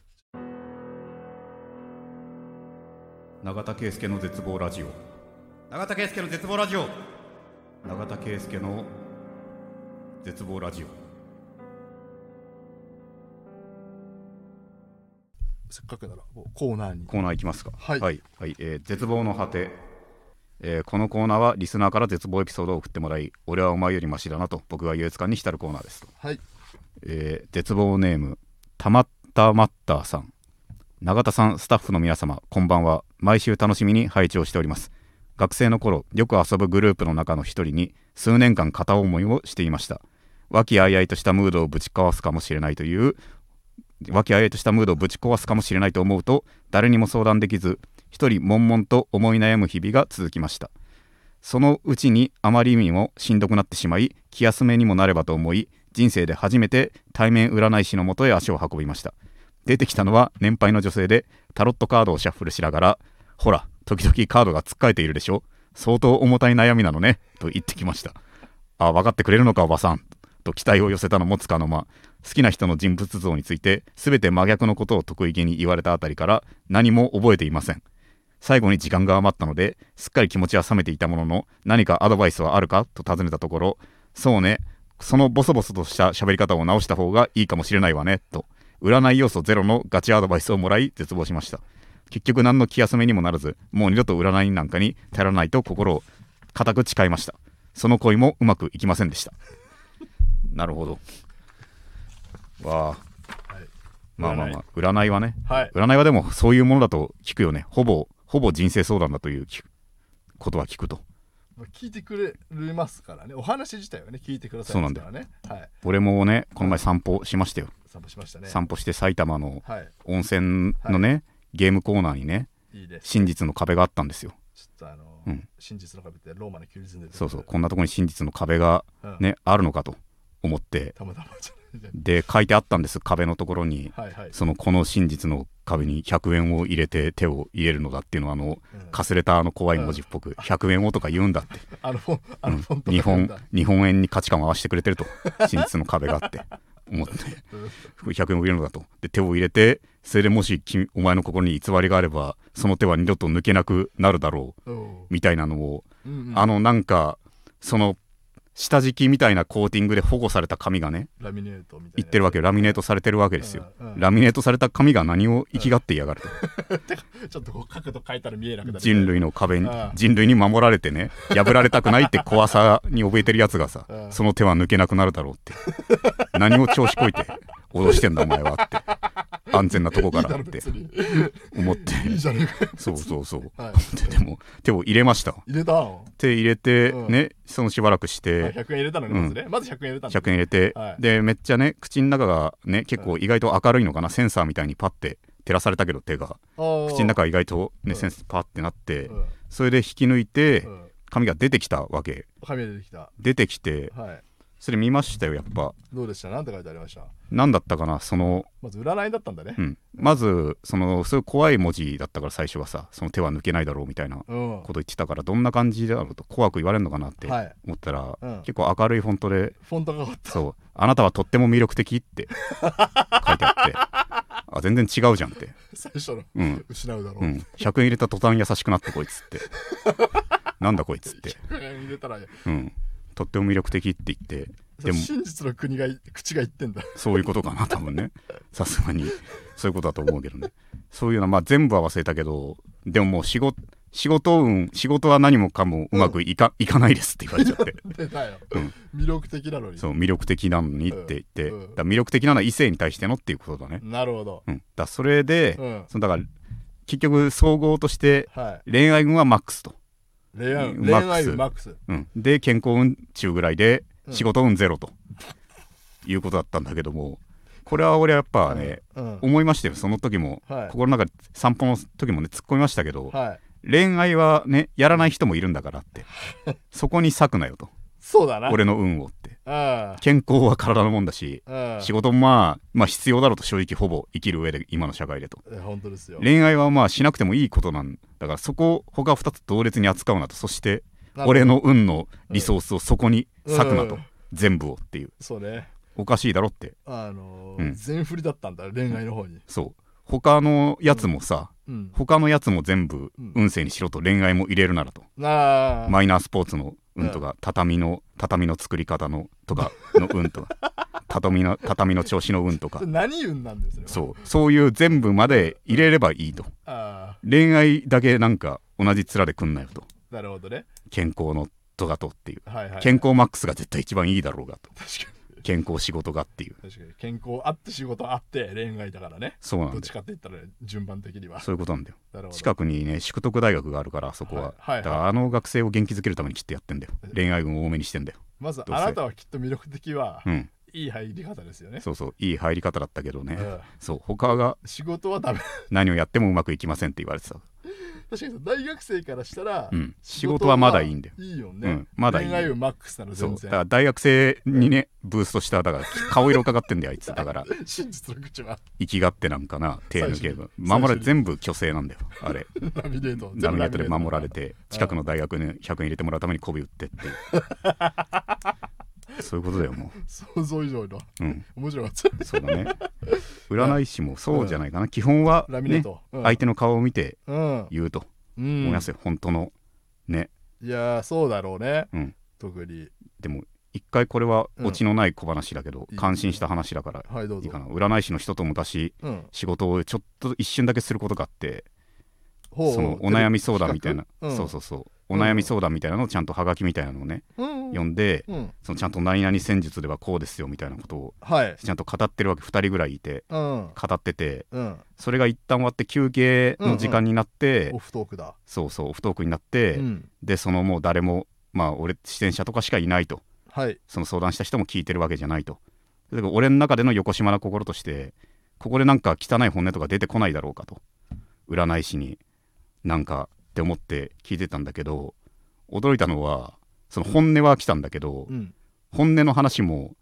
永田圭介の絶望ラジオ永田圭介の絶望ラジオ永田圭介の絶望ラジオ
せっかくならもうコーナーに
コーナーいきますか
はい
はいえー絶望の果て、えーこのコーナーはリスナーから絶望エピソードを送ってもらい俺はお前よりマシだなと僕が優越感に浸るコーナーですと、
はい
えー絶望ネームたまったまったーさん永田さんスタッフの皆様こんばんは毎週楽しみに拝聴しております学生の頃よく遊ぶグループの中の一人に数年間片思いをしていました和気あいあいとしたムードをぶち壊すかもしれないという和気あいあいとしたムードをぶち壊すかもしれないと思うと誰にも相談できず一人悶々と思い悩む日々が続きましたそのうちにあまりにもしんどくなってしまい気休めにもなればと思い人生で初めて対面占い師のもとへ足を運びました出てきたのは年配の女性でタロットカードをシャッフルしながら「ほら時々カードがつっかえているでしょ相当重たい悩みなのね」と言ってきました「あ分かってくれるのかおばさん」と期待を寄せたのもつかの間好きな人の人物像について全て真逆のことを得意げに言われたあたりから何も覚えていません最後に時間が余ったのですっかり気持ちは冷めていたものの何かアドバイスはあるかと尋ねたところそうねそのボソボソとした喋り方を直した方がいいかもしれないわねと占い要素ゼロのガチアドバイスをもらい絶望しました結局何の気休めにもならずもう二度と占いなんかに頼らないと心を固く誓いましたその恋もうまくいきませんでした なるほどわあ、
はい
まあまあまあ占いはね
はい
占いはでもそういうものだと聞くよねほぼほぼ人生相談だという聞くことは聞くと
まあ聞いてくれますからねお話自体はね聞いてくださいますからねはい
俺もねこの前散歩しましたよ、
散歩しましたね
散歩して埼玉の
はい
温泉のね、ゲームコーナーにね
いいです
真実の壁があったんですよ
ちょっとあの、
うん
真実の壁ってローマの休日で
そうそうこんなとこに真実の壁がね、あるのかと思って
たまたまじゃない
で書いてあったんです壁のところに
はいはい、
そのこの真実の壁に100円を入れて手を入れるのだっていうのはあの
うん
かすれたあの怖い文字っぽく100円をとか言うんだって
あのフォンあのフォント
日本
だ
日本円に価値観を合わせてくれて ると真実の壁があって思って
うん
100円を入れるのだとで手を入れてそれでもし君お前の心に偽りがあればその手は二度と抜けなくなるだろ
おう
うみたいなのを、
うんうん
あのなんかその下敷きみたいなコーティングで保護された紙がね
ラミネートみたいな
言ってるわけよラミネートされてるわけ
け
ですよ、、
うんうん
ラミネートされた紙が何を生きがっていやがると、
ちょっとこう角度変えたら見えなくなる
人類の壁に
うん
人類に守られてね破られたくないって怖さに怯えてるやつがさ
うん
その手は抜けなくなるだろうって何を調子こいて脅してんだお前はって安全なとこ
い
か
いだ
らっ
ろ
て
別 に
思って
いいじゃねえか
そうそうそう
はい
ででも手を入れました
入れたの
手入れて
うん
ねそのしばらくし
あ
て
100円入れたのね、
うん
まずねまず100円入れたのね
100円入れて
はい
でめっちゃね口の中がね結構意外と明るいのかなセンサーみたいにパッて照らされたけど手が
おー
口の中が意外とね
うん
センスパッてなって
うん
それで引き抜いて
うん
紙が出てきたわけ
紙が出てきた
出てきて
はい
それ見ましたよやっぱ
どうでしたなんて書いてありました
何だったかなその、
まず占いだったんだね
うん、まずそのそういう怖い文字だったから最初はさその手は抜けないだろうみたいなこ
うん、
と言ってたからどんな感じだろうと怖く言われるのかなって
はい
思ったら、
うん
結構明るいフォントで
フォントが変わっ
「そうあなたはとっても魅力的」って書いてあってあ全然違うじゃんって、
た 最初の
うん
失うだろ
う
う、
ん、100円入れた途端優しくなってこいつってなんだこいつって、
100円入れたら
うん、とっても魅力的って言ってでも
真実の国が口が言ってんだ
そういうことかな、多分ね。 さすがに、そういうことだと思うけどね。そういうのは、まあ、全部は忘れたけど、でももう仕事、仕事運、仕事は何もかもうまくいか,、いかないですって言われちゃ って、
出たよ、
うん
魅力的なのに
そう、魅力的なのにって言って、
うんうん
だから魅力的なのは異性に対してのっていうことだね。
なるほど、
うん。だからそれで、
うん、
そのだから、結局、総合として、
はい
恋愛運はマックスと。
恋
う
愛
ん
恋
マック
愛
ス
マックス
うん。で、健康運中ぐらいで、
うん
仕事運ゼロと、いうことだったんだけども、これは俺はやっぱね、
うん、
思いましたよ、その時も。
はい
心の中で散歩の時もね突っ込みましたけど、
はい
恋愛はねやらない人もいるんだからって そこに割くなよと
そうだな
俺の運をって
あ
健康は体のもんだし
あ
仕事もまあ、まあ、必要だろうと正直ほぼ生きる上で今の社会でと
事本当ですよ
恋愛はまあしなくてもいいことなんだからそこを他2つ同列に扱うなとそして
な
俺の運のリソースをそこに割くなと、
うん
全部をっていう
そうね
おかしいだろって
あの
うん
ー全振りだったんだ恋愛の方に
そう他のやつもさ、
うん
他のやつも全部
うん
運勢にしろと恋愛も入れるならと
なあ
マイナースポーツの運とか畳の畳の作り方のとかの運 とか畳の畳の調子の運とか
それ何言うんなんですよう
そうそういう全部まで入れればいいと
あ
恋愛だけなんか同じ面でくんなよと
あなるほどね
健康のとかとっていう
はいはい
健康マックスが絶対一番いいだろうがと
確か
健康仕事がっていう
に確かに健康あって仕事あって恋愛だからね
そうな
ど
ん
っ
だ
ち
よ
かって言ったら順番的には
そういうことなんだよ
なるほど
近くにね淑徳大学があるからそこは、
はいはいはい
だからあの学生を元気づけるためにきっとやってんだよ恋愛運多めにしてんだよ
まず
どう
あ
せ
なたはきっと魅力的は
うん
いい入り方ですよね、
そうそういい入り方だったけどね、
うん
そう他が
仕事はダメ
何をやってもうまくいきませんって言われてた、
確かに大学生からしたら、
うん、仕事はまだいいんだよ
いいよね、
うんまだいい
恋愛をマックスなの
そうだ
全
か
然
ら大学生にねブーストしただから顔色伺ってんだよあいつだから
真実の口は
生きがってなんかな手抜けば
最初に
守られ全部虚勢なんだよあれ
ラミネート
ラミネートで守られて
ト
近くの大学に100円入れてもらうために媚び売って っていうそういうことだよも
想像以上の
う、うん、
面白かった
そうだね占い師もそうじゃないかな基本は、
ラミネー
ね、
ト、うん
相手の顔を見て
うん、
言うと
うん
思いますよ本当のね
いやーそうだろうね、
うん
特に
でも一回これはオチのない小話だけど、
うん
感心した話だから
はいどう
い
ぞ
いかな占い師の人と昔
うん、
仕事をちょっと一瞬だけすることがあって
ほう
そのお悩み相談みたいな、
企画
そうそうそうお悩み相談みたいなのをちゃんとはがきみたいなのをね、
うん、
読んで
うん、
そのちゃんと何々戦術ではこうですよみたいなことを
はい
ちゃんと語ってるわけ2人ぐらいいて
うん
語ってて
うん
それが一旦終わって休憩の時間になって、
オフトークだ、
そうそう不登クになって、
うん、
でそのもう誰もまあ俺自転車とかしかいないと
はい
その相談した人も聞いてるわけじゃないとだから俺の中での横島な心としてここでなんか汚い本音とか出てこないだろうかと占い師になんかって思って聞いてたんだけど驚いたのはその本音は来たんだけど、
うん
本音の話も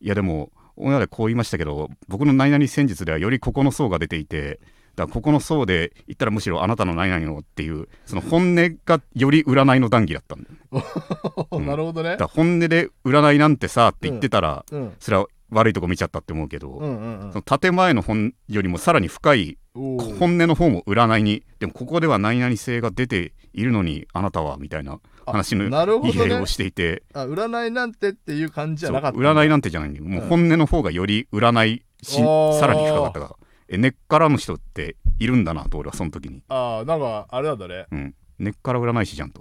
いやでも俺らでこう言いましたけど僕の何々戦術ではよりここの層が出ていてだからここの層で言ったらむしろあなたの何々をっていうその本音がより占いの談義だったんだよねうん
なるほどね
だから本音で占いなんてさって言ってたら、
うん
それは悪いとこ見ちゃったって思うけど、
うんうんうん
その建前の本よりもさらに深い
おー
本音の方も占いにでもここでは何々性が出ているのにあなたはみたいな
あ
話の
なるほ
言い
ど
合い
ね
をしていて、
あ占いなんてっていう感じじゃなかった
そう占い
い
なんてじゃないんだよもううん本音の方がより占いし、
おー
さらに深かったからえ根っからの人っているんだなと俺はその時に、
ああなんかあれなんだね
うん、根っから占い師じゃんと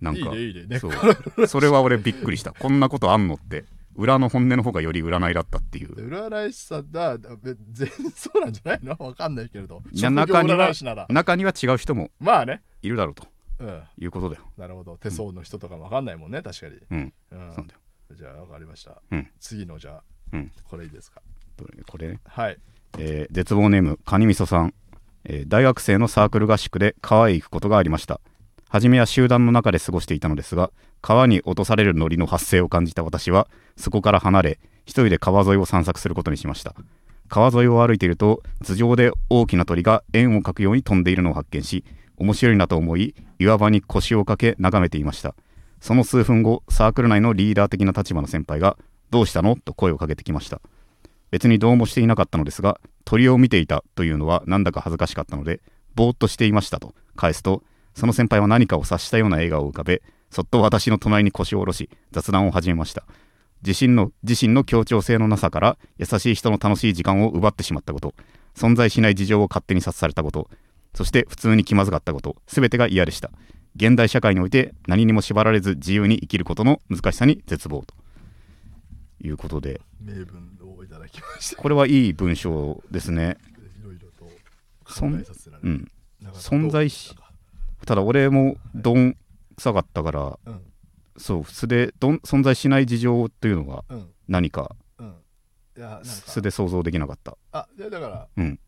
なんか
いいねいいねね
そうそれは俺びっくりしたこんなことあんのって裏の本音の方がより占いだったっていう
占い師さんだだべ全員そうなんじゃないの わかんないけれど
いや
職業
中には
占い師なら
中には違う人も
まあね
いるだろうと
うん
いうことだよ
なるほど手相の人とかもわかんないもんね確かに
うん
う
そうなん
ん
だよ
じゃあわかりました
うん
次のじゃあ
うん
これいいですか
どれこれね
はい
えー絶望ネームカニみそさん、えー大学生のサークル合宿で川へ行くことがありました初めは集団の中で過ごしていたのですが川に落とされるノリの発生を感じた私はそこから離れ一人で川沿いを散策することにしました川沿いを歩いていると頭上で大きな鳥が円を描くように飛んでいるのを発見し面白いなと思い岩場に腰をかけ眺めていましたその数分後サークル内のリーダー的な立場の先輩が「どうしたの?」と声をかけてきました別にどうもしていなかったのですが鳥を見ていたというのはなんだか恥ずかしかったのでぼーっとしていましたと返すとその先輩は何かを察したような笑顔を浮かべそっと私の隣に腰を下ろし雑談を始めました自身の自身の協調性のなさから優しい人の楽しい時間を奪ってしまったこと存在しない事情を勝手に察されたことそして普通に気まずかったこと全てが嫌でした現代社会において何にも縛られず自由に生きることの難しさに絶望ということで
名分をいただきました
これはいい文章ですね。
いろいろと考
そん
えさせられ
う
る
ん、
なんか
存在し
どうだったか
ただ俺もどん臭かったから
うん
そう素でどん存在しない事情というのが
うん
何か
うんいやなんか
素で想像できなかった
あいやだから
うん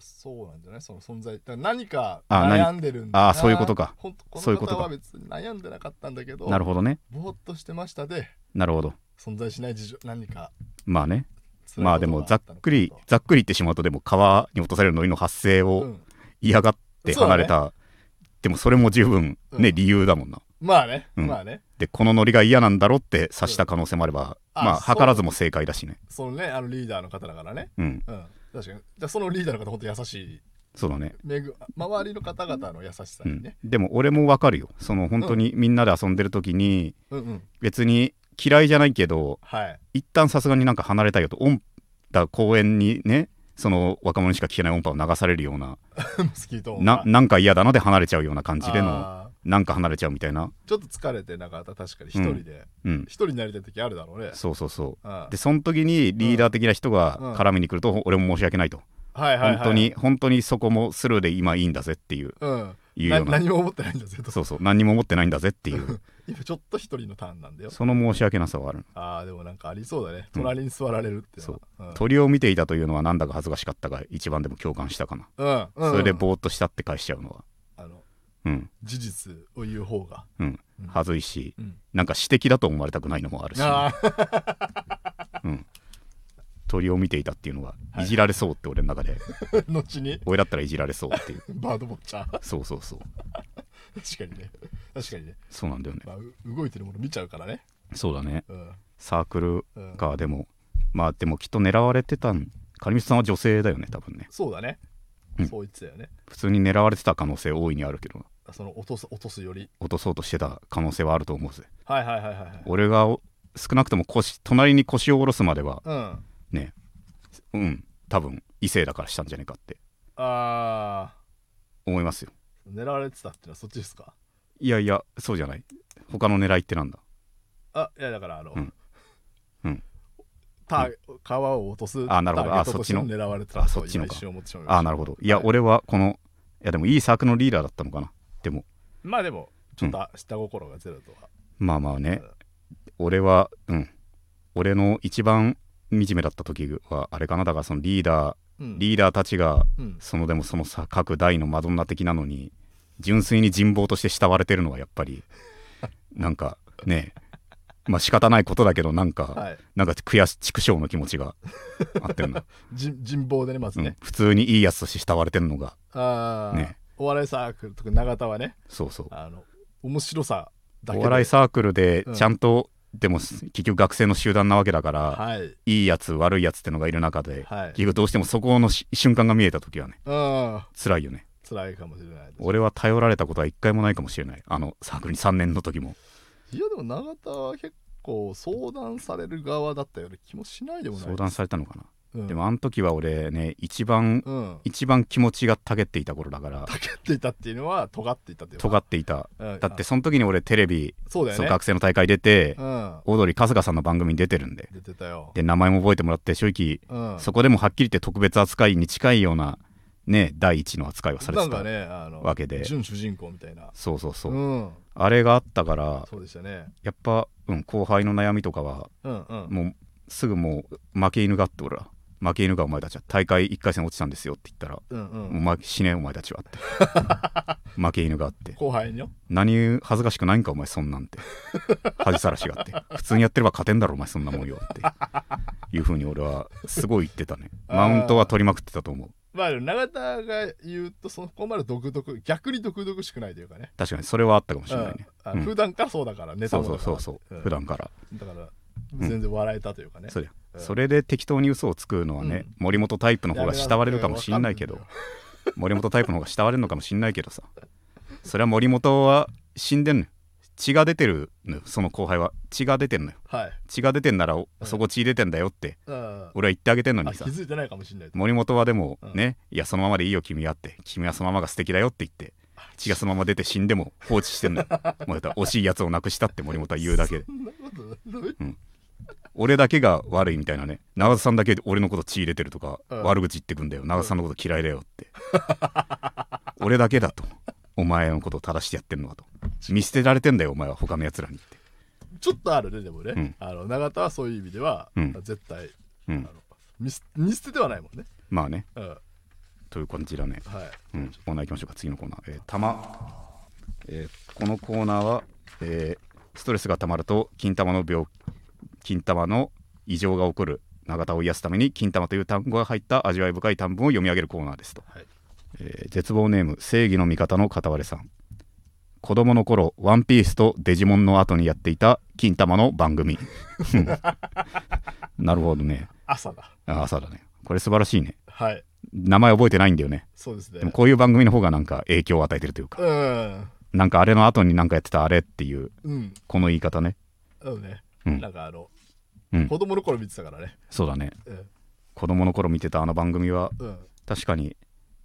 そうなんじゃないその存在だから何か
あ何
悩んでるんだな
あそういうことか
ほんとこ
そうい
の
うこと
方
か
は別に悩んでなかったんだけど
なるほどね
ぼーっとしてましたで
なるほど
存在しない事情何か
まあね
辛い
まあ
こ
で
とが
も
っ
ざった
のか
くりざっくり言ってしまうとでも川に落とされるのりの発生
とう
を
ん
嫌がって離れた、でもそれも十分ね、
うん
理由だもんな
まあね、
うん
まあね
でこのノリが嫌なんだろって察した可能性もあれば、
あ
まあ
そう
図らずも正解だしね
そのねあのリーダーの方だからね
うん
うん確かにじゃあそのリーダーの方本当優しい
そうだね
めぐ周りの方々の優しさ
う
に
ん
ね、、
でも俺もわかるよその本当にみんなで遊んでる時に、
うん、うん
別に嫌いじゃないけど
はい
一旦さすがになんか離れたいよと音だ公園にねその若者にしか聞けない音波を流されるような
スキートーン
ななんか嫌だなで離れちゃうような感じでの
あ
なんか離れちゃうみたいな、
ーちょっと疲れてなかった確かに一人で
うん
一、人になりたい時あるだろうね
そうそうそ
うんは
う
い
でその時にリーダー的な人が絡みに来ると、俺も申し訳ないと、
はいはい
本当に本当にそこもスルーで今いいんだぜっていう
うん
いう
な
ような
何も思ってないんだぜと
そうそう何にも思ってないんだぜっていう
今ちょっと一人のターンなんだよ
その申し訳なさはある
ああでもなんかありそうだね隣に座られるっていうのは
鳥を見ていたというのはなんだか恥ずかしかったが一番でも共感したかな、
うんうんうん
それでぼーっとしたって返しちゃうのは
あの
うん
事実を言う方が
うん
うん
恥ずいし、
うん
なんか指摘だと思われたくないのもあるし、
ああ
うん、鳥を見ていたっていうのが
はい
いじられそうって俺の中で、
後に
俺だったらいじられそうっていう
バードボッチャー
そうそうそう
確かにね確かにね、
そうなんだよね
まあ、う動いてるもの見ちゃうからね
そうだね
うん
サーク
う
ル
ん
かでもまあでもきっと狙われてたん狩光さんは女性だよね多分ね
そうだね、
うん
そう言ってたよね
普通に狙われてた可能性大いにあるけど
その落とす落とすより
落とそうとしてた可能性はあると思うぜ
はいはいはいはいはい
俺がお少なくとも腰隣に腰を下ろすまでは
うんあ
ねうん多分異性だからしたんじゃねえかって
あ
思いますよ
ー狙われてたっていうのはそっちですか
いやいやそうじゃない他の狙いってなんだ
あいやだからあの、
うんうん
た皮を落とす
あなるほど
ターゲットとし
あ
て
そっち
狙われてた
あそっちのか
と今一瞬思ってしまいました
ああなるほどいや
はい
俺はこのいやでもいいサークルのリーダーだったのかなでも
まあでもちょっと下心がゼロとは、
まあまあね俺はうん俺の一番惨めだった時はあれかなだからそのリーダー
うん
リーダーたちが
うん
そのでもそのさ各大のマドンナ的なのに純粋に人望として慕われてるのはやっぱりなんか ねまあ仕方ないことだけどなんか、
はい
なんか悔し畜生の気持ちがあってる な、
人人望でねまず
うん
ね、
普通にいいやつとして慕われてるのが
ああ、
ね
お笑いサークルとか永田はね
そうそう
あの面白さだけ
お
で
笑いサークルで
うん
ちゃんと、でも結局学生の集団なわけだから、
はい
いいやつ悪いやつってのがいる中で、
はい
結局どうしてもそこのし瞬間が見えた時はね
うん
辛いよね
辛いかもしれないです
俺は頼られたことは一回もないかもしれないあのサークルに3年の時も
いやでも永田は結構相談される側だったような気もしないでもない
相談されたのかな、
うん、
でもあの時は俺ね一番、
うん
一番気持ちがたけっていた頃だから
たけっていたっていうのは尖っていたっていう
尖
っ
っていた
うん
だってその時に俺テレビ、
そうだよ
そう
ね
学生の大会出て、
うん
オードリー春日さんの番組に出てるんで
出てたよ
で名前も覚えてもらって正直
うん
そこでもはっきり言って特別扱いに近いような、ね、第一の扱いをされ
な
て
ん
た、
かねあの
わけで
準主人公みたいな
そうそうそう、
うん
あれがあったから
そうでしたね
やっぱ、うん、後輩の悩みとかは
うんうん
もうすぐもう負け犬があって俺ら負け犬がお前たちは大会1回戦落ちたんですよって言ったら、
うんうん
もう負け死ねお前たちはって 負け犬があって
後輩によ
何恥ずかしくないんかお前そんなんて 恥さらしがあって普通にやってれば勝てんだろお前そんなもんよっていうふうに俺はすごい言ってたね
あー
マウントは取りまくってたと思う
まあでも永田が言うとそこまで独特逆に独々しくないというかね
確かにそれはあったかもしれないね、
うんあ
うん
普段からそうだからネタ
そ
も
う
だ
そ
か
う
ら
そうそう、普段から
だから
ん
全然笑えたというかね、
そりゃ
うん
それで適当に嘘をつくのはね、
うん
森本タイプの方が慕われるかもしんないけど
やめな
森本タイプの方が慕われるのかもしんないけどさそれは森本は死んでんのよ血が出てるのよその後輩は血が出てんのよ
さい
血が出てんならお
うん
そこ血出てんだよって
はい、うん
俺は言ってあげてんの
あ
に
気
さ
づいてないかもしれない
森本はでも
うん
ね、いやそのままでいいよ君はって君はそのままが素敵だよって言って血がそのまま出て死んでも放置して んのよもうだから惜しいやつをなくしたって森本は言うだけで
そんなことない
俺だけが悪いみたいなね長田さんだけ俺のこと血入れてるとか、
うん
悪口言ってくんだよ長田さんのこと嫌いだよって 俺だけだとお前のことを正してやってんのかと見捨てられてんだよお前は他のやつらにって
ちょっとあるねでもね、
うん
あの永田はそういう意味では、
うん
絶対、
うん
あの見す見捨ててはないもんね、
まあね
うんは
という感じだね
い
うん、コーナー行きましょうか次のコーナー、えー、玉、えーこのコーナーは、えーストレスがたまると金玉の病金玉の異常が起こる永田を癒すために金玉という単語が入った味わい深い短文を読み上げるコーナーですと、
はい
えー絶望ネーム正義の味方の片割れさん子供の頃ワンピースとデジモンの後にやっていた金玉の番組うん なるほどね
朝だ
あ朝だねこれ素晴らしいね
はい
名前覚えてないんだよね
そうですね
でもこういう番組の方がなんか影響を与えてるというか
うん
なんかあれの後になんかやってたあれっていう
うん
この言い方ね
あのね、
うん
なんかあの、
うん
子供の頃見てたからね
そうだね
うん
子供の頃見てたあの番組は
うん
確かに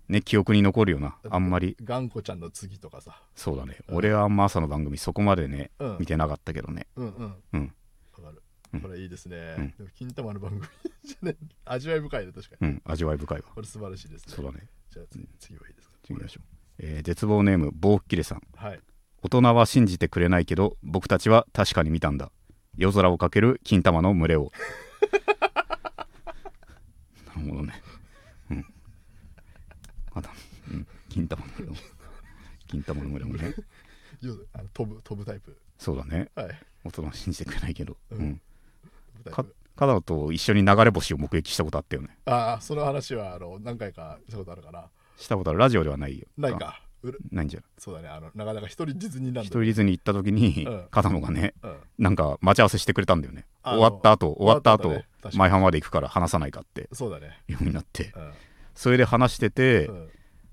ね記憶に残るよなあんまり
頑固ちゃんの次とかさ
そうだね俺はあんま朝の番組そこまでね
うん
見てなかったけどね
うんうん
うん
わかる
うん。
これいいですね。
うん
でも金玉の番組じゃね味わい深いね、確かに。
うん味わい深いわ
これ素晴らしいですね。
そうだね
じゃあ次次はいいですか。
次行きましょう、えー絶望ネームボーッキレさん
はい。
大人は信じてくれないけど僕たちは確かに見たんだ夜空をかける金玉の群れを なるほどねうんあだうん金玉の群れを金玉の群れもね
よあの飛ぶ飛ぶタイプ
そうだね
はい
大人は信じてくれないけど、
うん
うん、
飛ぶタイ
か
プ
カナと一緒に流れ星を目撃したことあったよね
ああその話はあの何回かしたことあるから
したことあるラジオではないよ
ない
あ
かうる
ないんじゃない
そうだねあのなかなか一人ディズニーランド
一人ディズニー行った時に、
うん
片野がね
うん
なんか待ち合わせしてくれたんだよね
あ
終わった後終わった後
終わった後ね確かに
前半まで行くから話さないかって
そうだね
いうふうになって
うん
それで話してて、
うん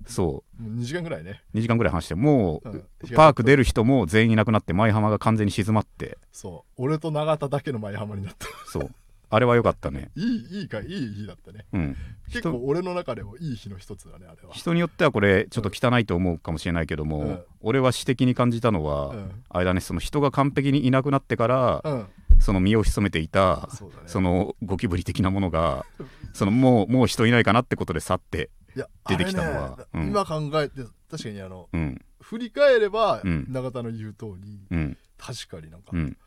そ
もう2時間ぐらいね
う2時間ぐらい話してもう、
うん
パーク出る人も全員いなくなって舞浜が完全に静まって
そう俺と永田だけの前浜になった
そうあれは良かったね
いいいいかいい日だったね
うん
結
人
構俺の中でもいい日の一つだねあれは
人によってはこれちょっと汚いと思うかもしれないけども、
うん
俺は私的に感じたのは、
うん
あれだねその人が完璧にいなくなってから、
うん
その身を潜めていた
そうだね
そのゴキブリ的なものがそのもうもう人いないかなってことで去って
いや
出てきたのは
あれね
うん
今考えて確かにあの
うん
振り返れば、
うん
永田の言う通り
うん
確かになんか
うん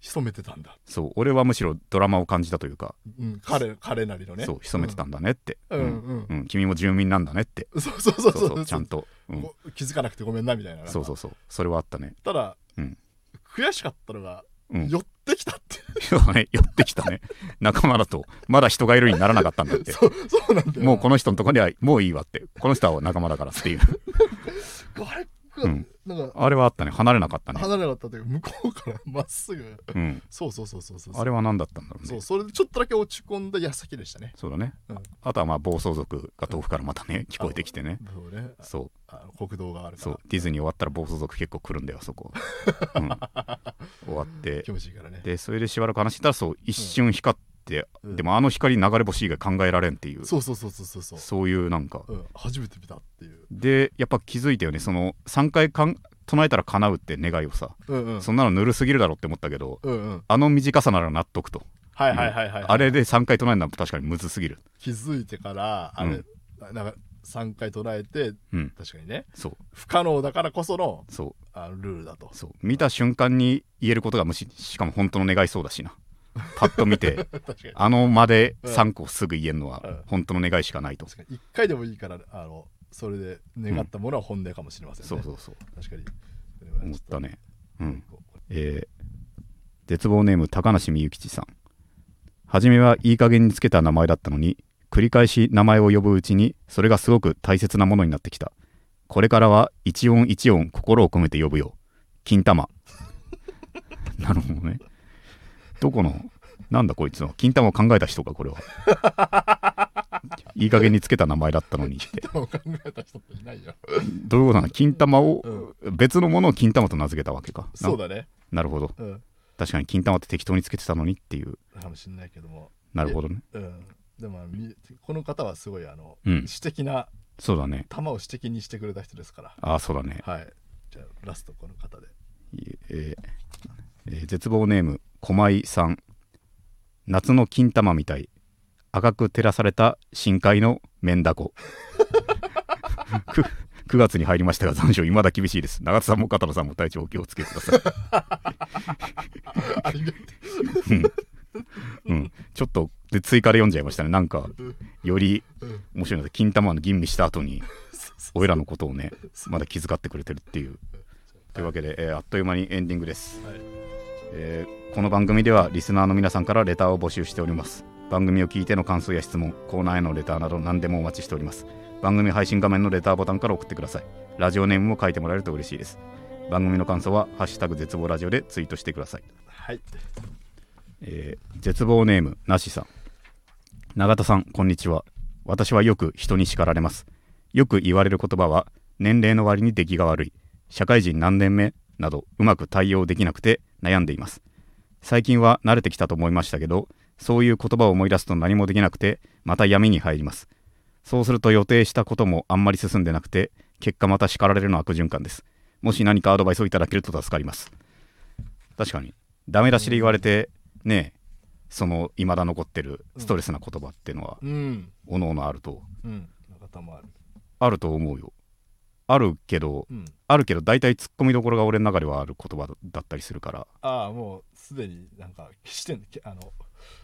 潜めてたんだ、
そう俺はむしろドラマを感じたというか、
うん、彼彼なりのね
そう潜めてたんだねって、
うんうん
うん君も住民なんだねって
うんそうそうそ
そ
う
う
そ
そううちゃんと、うん、
こ気づかなくてごめんなみたいな
そうそううそうそれはあったね
ただ、
うん
悔しかったのが、
うん
寄ってきたって
そうだね寄ってきたね仲間だとまだ人がいるにならなかったんだって
そうそうなんだよ
もうこ
の
の人のとこにはもういいわってこの人は仲間だからっ ていう
あれ、
うん
なんか
あれはあったね離れなかったね、
離れなかったというか向こうからまっすぐ
うん、
そうそうそうそうそう
あれは何だったんだろうね
そうそれでちょっとだけ落ち込んだ矢先でしたね
そうだね、
うん
あとはまあ暴走族が遠くからまたね聞こえてきてね
そうね
そう
あの国道があるか
そう
ら
ディズニー終わったら暴走族結構来るんだよそこ、 うん、終わって
気持ちいいからね
でそれでしばらく話してたらそう一瞬光って、
うん
でもあの光流れ星以外考えられんっていう
そうそうそうそうそうそう
そういうなんか
うん、初めて見たっていう、
でやっぱ気づいたよねその3回かん唱えたら叶うって願いをさ、
うんうん、
そんなのぬるすぎるだろって思ったけど
うんうん
あの短さなら納得と、
はいはいはいはい、
あれで3回唱えるのは確かにむずすぎる
気づいてからあれ、なんか3回捉えて
うん
確かにね
そう
不可能だからこその
そう
あのルールだと
そう見た瞬間に言えることが無視しかも本当の願いそうだしなパッと見 て
確かに
あの間で3個すぐ言えるの
う
は
ん
本当の願いしかないと、
確かに1回でもいいからあのそれで願ったものは本音かもしれませんね、
そうそうそう
確かにそれはちょ
思ったねうん
とこう
えー絶望ネーム高梨みゆきちさん初めはいい加減につけた名前だったのに繰り返し名前を呼ぶうちにそれがすごく大切なものになってきたこれからは一音一音心を込めて呼ぶよ金玉 なるほどねどこのなんだこいつの金玉を考えた人かこれは いい加減につけた名前だったのにって
でも考えた人って いないよ
どういうことなの金玉を、別のものを金玉と名付けたわけかな
そうだね
なるほど
うん
確かに金玉って適当につけてたのにっていう
かもしれないけども
なるほどね
うんでもみこの方はすごいあの、
うん
私的な
そうだね
球を私的にしてくれた人ですから
ああそうだね
はいじゃあラストこの 方で
えーえー絶望ネーム駒井さん夏の金玉みたい赤く照らされた深海のメンダコ く9月に入りましたが残暑いまだ厳しいです長田さんも片野さんも体調お気をつけください、
ありがと
うん、ちょっとで追加で読んじゃいましたねなんかより
ううん
面白いので金玉の吟味した後に
そうそう
俺らのことをねまだ気遣ってくれてるっていうというわけで、えーあっという間にエンディングです、
はい
えーこの番組ではリスナーの皆さんからレターを募集しております番組を聞いての感想や質問コーナーへのレターなど何でもお待ちしております番組配信画面のレターボタンから送ってくださいラジオネームも書いてもらえると嬉しいです番組の感想は「ハッシュタグ絶望ラジオ」でツイートしてください
はい
えー絶望ネームなしさん永田さんこんにちは私はよく人に叱られますよく言われる言葉は年齢の割に出来が悪い社会人何年目などうまく対応できなくて悩んでいます最近は慣れてきたと思いましたけどそういう言葉を思い出すと何もできなくてまた闇に入りますそうすると予定したこともあんまり進んでなくて結果また叱られるの悪循環ですもし何かアドバイスをいただけると助かります確かにダメ出しで言われてねえその未だ残ってるストレスな言葉っていうのは
うん
おのおのあると
うん中田もある
あると思うよあるけど
うん、
あるけど大体ツッコミどころが俺の中ではある言葉だったりするから
ああもうすでになんかしてんあの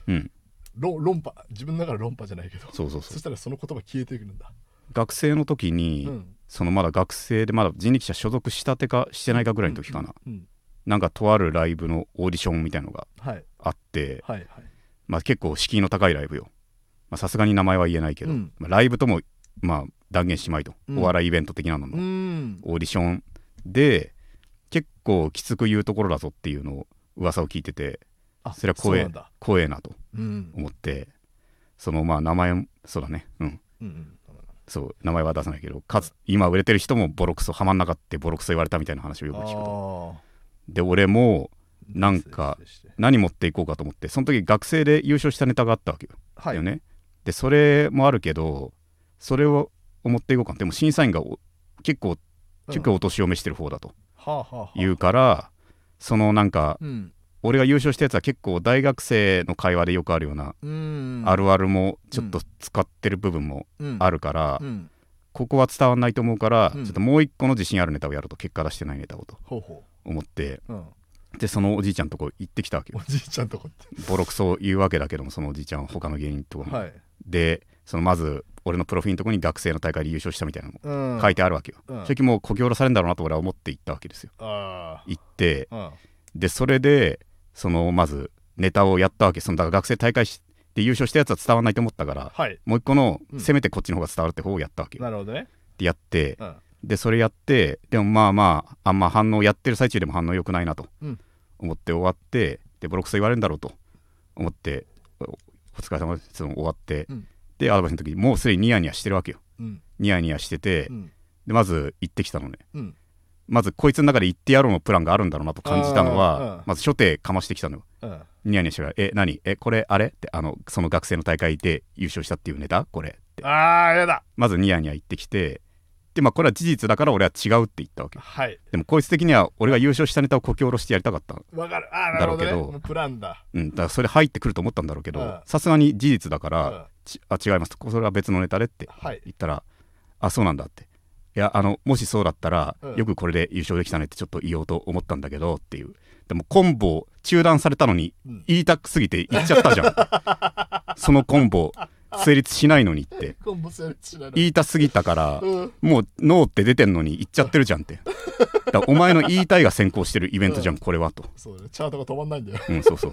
うん
論論破自分の中で論破じゃないけど
そうそう
そ
そう
したらその言葉消えてくるんだ、
学生の時に、
うん、
そのまだ学生でまだ人力車所属したてかしてないかぐらいの時かな、
うん、うん
なんかとあるライブのオーディションみたいのが
はい
あって、
はいはい
まあ、結構敷居の高いライブよまあさすがに名前は言えないけど、
うん
まあライブともまあ断言しまいと、
うん
お笑いイベント的なの
う
の
ん
オーディションで結構きつく言うところだぞっていうのを噂を聞いてて
あ
それは
う
声
なんだ
怖えなと
うん
思ってそのまあ名前もそうだねうん
うんうん
そう名前は出さないけどかつ今売れてる人もボロクソハマんなかってボロクソ言われたみたいな話をよく聞くと
あ
で俺も
ー
なんか
失礼して
何持っていこうかと思ってその時学生で優勝したネタがあったわけよ,、
はい
よねでそれもあるけどそれを持っていこうかなでも審査員がお結構結構お年を召してる方だと
はあはあはあ
言うからそのなんか
うん
俺が優勝したやつは結構大学生の会話でよくあるような
うん
あるあるもちょっと使ってる部分もあ
る
るから、
うん
ここは伝わんないと思うから、
うん
ちょっともう一個の自信あるネタをやろうと結果出してないネタをと
ほうほ
思って
ううん
でそのおじいちゃんとこ行ってきたわけ
お
よ
じいちゃんとこって
ボロクソ言うわけだけどもそのおじいちゃんは他の芸人とかも、
はい
でそのまず俺のプロフィーのとこに学生の大会で優勝したみたいなの
うん
も書いてあるわけよ、
うん
正直もうこき下ろされるんだろうなと俺は思って行ったわけですよ
あ
行って
あうん
でそれでそのまずネタをやったわけそのだから学生大会しで優勝したやつは伝わんないと思ったから
はい
もう一個の、
うん
せめてこっちの方が伝わるって方をやったわけよ
なるほどね
でやって、
うん
でそれやってでもまあまああんま反応やってる最中でも反応良くないなと
うん
思って終わってでボロクソ言われるんだろうと思っておお疲れ様です終わって、
うん
でアドバイスの時にもうすでにニヤニヤしてるわけよ
うん
ニヤニヤしてて、
うん
でまず行ってきたのね
うん
まずこいつの中で行ってやろうのプランがあるんだろうなと感じたの
あーうん
はまず初手かましてきたのよ
うん
ニヤニヤしてるえ何えこれあれ?」ってあのその学生の大会で優勝したっていうネタこれって
ああやだ
まずニヤニヤ言ってきてでまあこれは事実だから俺は違うって言ったわけ
はい
でもこいつ的には俺が優勝したネタをこき下ろしてやりたかった、
わかるああなるほどね
だろうけど
もうプランだ
うん、だからそれ入ってくると思ったんだろうけ
うん
どさすがに事実だか
う
ら、
ん
ちあ違いますこそれは別のネタでって
はい
言ったらあそうなんだっていやあのもしそうだったら、
うん
よくこれで優勝できたねってちょっと言おうと思ったんだけどっていうでもコンボ中断されたのに
うん
言いたくすぎて言っちゃったじゃん そのコンボ成立しないのにって
コンボ成立しないの
言いたすぎたから
うん
もうノーって出てんのに言っちゃってるじゃんってだからお前の言いたいが先行してるイベントじゃんこれはと
そうだねチャートが止まんないんだよ
うん、そうそう。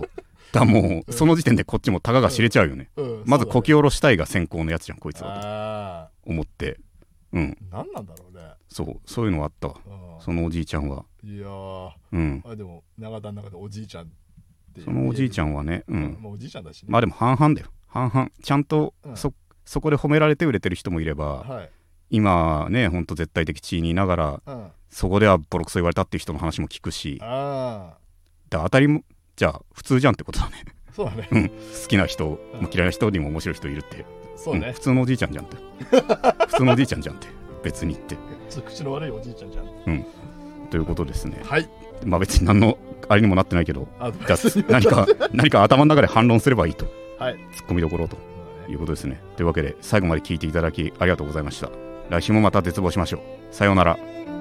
だからもう、その時点でこっちもたかが知れちゃうよね。
うん
まずこき
を
下ろしたいが先行のやつじゃん、こいつは。と
ああ
思って。うん、
何なんだろうね
そう、そういうのはあったわ。
うん
そのおじいちゃんは。
いやー
うん。
あでも永田の中でおじいちゃんって
そのおじいちゃ
ん
んはね、うん。
まあおじいちゃんだしね
まあでも半々だよ。半々。ちゃんと
うん
そ、そこで褒められて売れてる人もいれば、
はい
今ね、ほんと絶対的地位にいながら、
うんあ
そこではボロクソ言われたっていう人の話も聞くし、だか
あ
ら当たりも、じゃあ普通じゃんってことだね。
ーそうだね
うん。好きな人、も嫌いな人にも面白い人いるって。
そう
うん
ね
普通のおじいちゃんじゃんって 普通のおじいちゃんじゃんって別にって
ちょっと口の悪いおじいちゃんじゃん
ということですね
はい
まあ別に何のあれにもなってないけど
あ
じゃあ何か何か頭の中で反論すればいいと
はい
ツッコミどころということですねというわけで最後まで聞いていただきありがとうございました来週もまた絶望しましょうさようなら
「